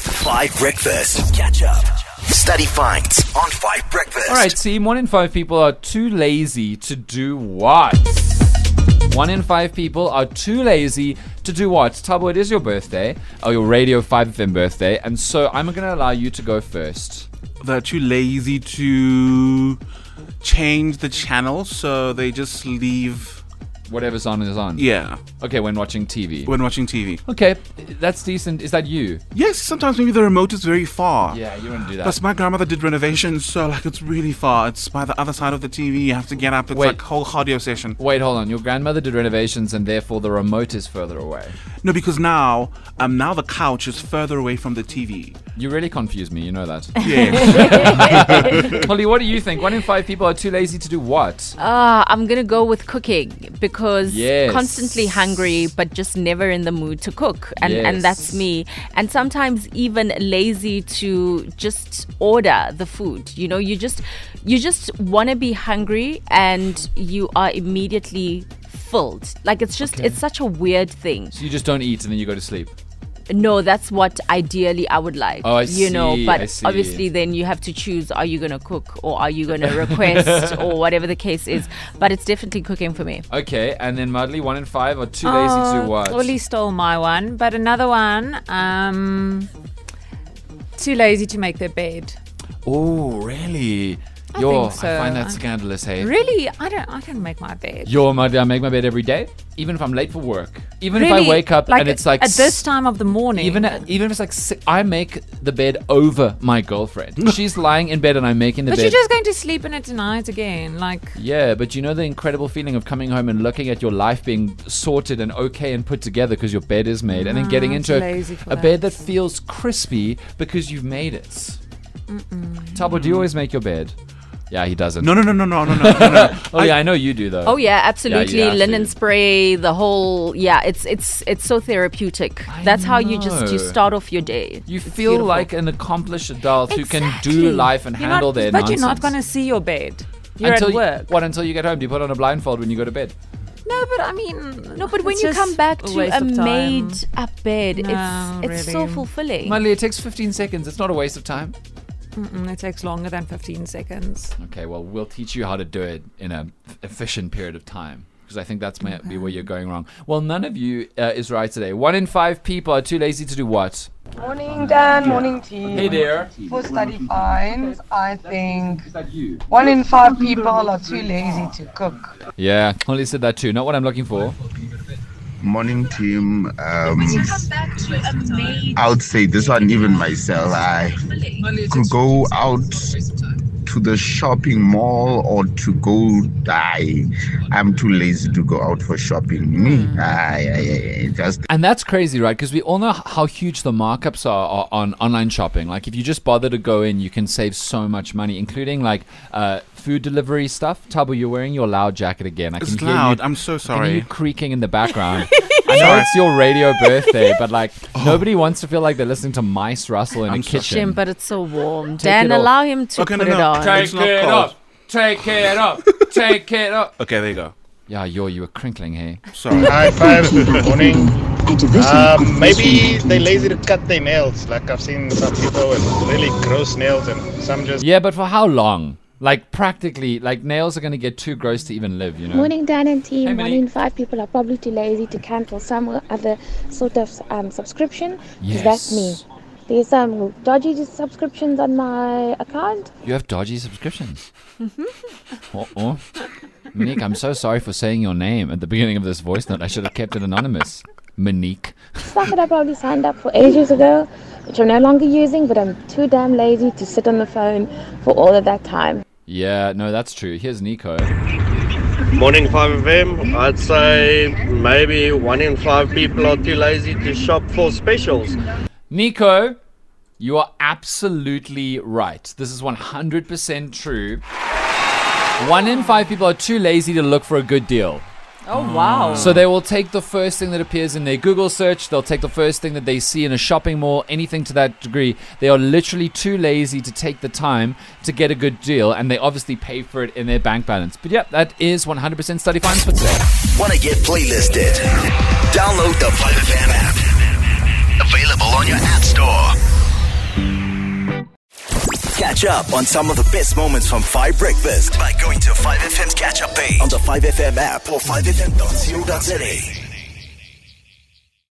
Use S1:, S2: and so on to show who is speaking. S1: Five Breakfast. Catch up. Study finds on Five Breakfast.
S2: All right, see, one in five people are too lazy to do what? One in five people are too lazy to do what? Tabo, it is your birthday, or your Radio 5 FM birthday, and so I'm going to allow you to go first.
S3: they're too lazy to change the channel, so they just leave.
S2: Whatever's on is on.
S3: Yeah,
S2: Okay, when watching TV.
S3: when watching TV.
S2: Okay, that's decent. Is that you?
S3: Yes, sometimes maybe the remote is very far.
S2: Yeah, you wouldn't do that.
S3: Plus, my grandmother did renovations, so like it's really far. It's by the other side of the TV. You have to get up. It's
S2: Wait.
S3: like whole cardio session.
S2: Wait, hold on. Your grandmother did renovations, and therefore the remote is further away.
S3: No, because now, um, now the couch is further away from the TV.
S2: You really confuse me. You know that.
S3: Yeah,
S2: Holly, what do you think? One in five people are too lazy to do what?
S4: Ah, I'm gonna go with cooking because
S2: Yes.
S4: constantly hungry, but just never in the mood to cook, and
S2: Yes.
S4: and that's me. And sometimes even lazy to just order the food. You know, you just you just want to be hungry, and you are immediately filled. Like it's just it's such a weird thing.
S2: So you just don't eat, and then you go to sleep.
S4: No, that's what ideally I would like.
S2: Oh, I
S4: you know,
S2: see,
S4: but
S2: I see.
S4: obviously then you have to choose are you going to cook or are you going to request or whatever the case is. But it's definitely cooking for me.
S2: Okay, and then Mudley, one in five are too lazy
S5: Uh,
S2: to watch.
S5: Ollie Oh, stole my one, but another one. Um, too lazy to make their bed.
S2: Oh, really? Yo,
S5: think so.
S2: I find that
S5: I-
S2: scandalous, hey?
S5: Really, I don't. I don't make my bed.
S2: Yo, Mudley, I make my bed every day, even if I'm late for work. Even
S5: really,
S2: if I wake up and it's like
S5: at this
S2: s-
S5: time of the morning.
S2: Even at, even if it's like si- I make the bed over my girlfriend. She's lying in bed and I'm making the
S5: but
S2: bed.
S5: you're just going to sleep in it tonight again. Like
S2: Yeah, but you know the incredible feeling of coming home and looking at your life being sorted and okay and put together because your bed is made, and then getting
S5: I'm
S2: into
S5: too
S2: a,
S5: lazy for
S2: a
S5: that.
S2: bed that feels crispy because you've made it. Tabo, do you always make your bed? Yeah, he doesn't.
S3: no, no, no, no, no, no, no, no, no.
S2: Oh yeah, I know you do though.
S4: Oh yeah, absolutely.
S2: have
S4: Linen
S2: to.
S4: spray, the whole yeah, it's it's it's so therapeutic.
S2: I
S4: that's how you just you
S2: know.
S4: start off your day.
S2: You
S4: It's
S2: feel
S4: beautiful.
S2: like an accomplished adult who can do
S5: Exactly.
S2: life and
S5: You're
S2: handle
S5: not,
S2: their
S5: But you're not going to
S2: nonsense.
S5: see your bed. You're
S2: until
S5: at work.
S2: You, what until you get home? Do you put on a blindfold when you go to bed?
S5: no, but I mean,
S4: No, but when you come back to a made up bed,
S5: No,
S4: it's it's so
S5: really.
S4: fulfilling.
S2: Mudley, it takes 15 seconds. It's not a waste of time.
S5: Mm, it takes longer than 15 seconds.
S2: Okay, well, we'll teach you how to do it in an efficient period of time because I think that's might be where you're going wrong. Well, none of you uh, is right today. One in five people are too lazy to do what?
S6: Morning, Dan. Morning, team.
S2: Hey there.
S6: For study finds, I think
S2: Is that you?
S6: one in five people are too lazy to cook.
S2: Yeah, Holly said that too. Not what I'm looking for.
S7: morning team um i would say this one even myself i could go out to the shopping mall or to go die i'm too lazy to go out for shopping me I, I, I just
S2: And that's crazy, right? Because we all know h- how huge the markups are, are on online shopping. Like, if you just bother to go in, you can save so much money, including like uh, food delivery stuff. Tabo, you're wearing your loud jacket again. I
S3: It's
S2: can hear you-
S3: loud. I'm so
S2: I can hear you
S3: sorry.
S2: creaking in the background. I know it's your radio birthday, but like
S3: Oh.
S2: nobody wants to feel like they're listening to mice rustle in
S3: I'm
S2: a
S3: so-
S2: kitchen.
S4: Jim, but it's so warm.
S2: it
S4: Dan,
S2: off.
S4: allow him to
S3: Okay,
S4: put
S3: no,
S4: it
S3: no.
S4: on.
S3: Try- It's not cold.
S2: Take it up. Take it up.
S3: Okay, there you go.
S2: Yeah, yo, you were crinkling here.
S3: Sorry.
S8: Hi, five. Good morning. Um, maybe they're lazy to cut their nails. Like I've seen some people with really gross nails, and some just
S2: Yeah, but for how long? Like practically, like nails are gonna get too gross to even live, you know.
S9: Morning, Dan and team.
S2: Hey,
S9: One
S2: Minnie.
S9: in five people are probably too lazy to cancel some other sort of um, subscription. 'cause That's me.
S2: Yes.
S9: There's some dodgy subscriptions on my account.
S2: You have dodgy subscriptions. Uh-oh. Monique, I'm so sorry for saying your name at the beginning of this voice note. I should have kept it anonymous. Monique.
S9: Stuff that I probably signed up for ages ago, which I'm no longer using, but I'm too damn lazy to sit on the phone for all of that time.
S2: Yeah, no, that's true. Here's Nico.
S10: Morning 5 of them. I'd say maybe one in five people are too lazy to shop for specials.
S2: Nico, you are absolutely right. This is 100% true. One in five people are too lazy to look for a good deal.
S5: Oh, wow.
S2: So they will take the first thing that appears in their Google search, they'll take the first thing that they see in a shopping mall, anything to that degree. They are literally too lazy to take the time to get a good deal, and they obviously pay for it in their bank balance. But yeah, that is 100% study finds for today.
S1: Want to get playlisted? Download the Five FM app. Available on your app store. Catch up on some of the best moments from 5 Breakfast by going to 5FM's catch up page on the 5FM app or 5FM.co.za.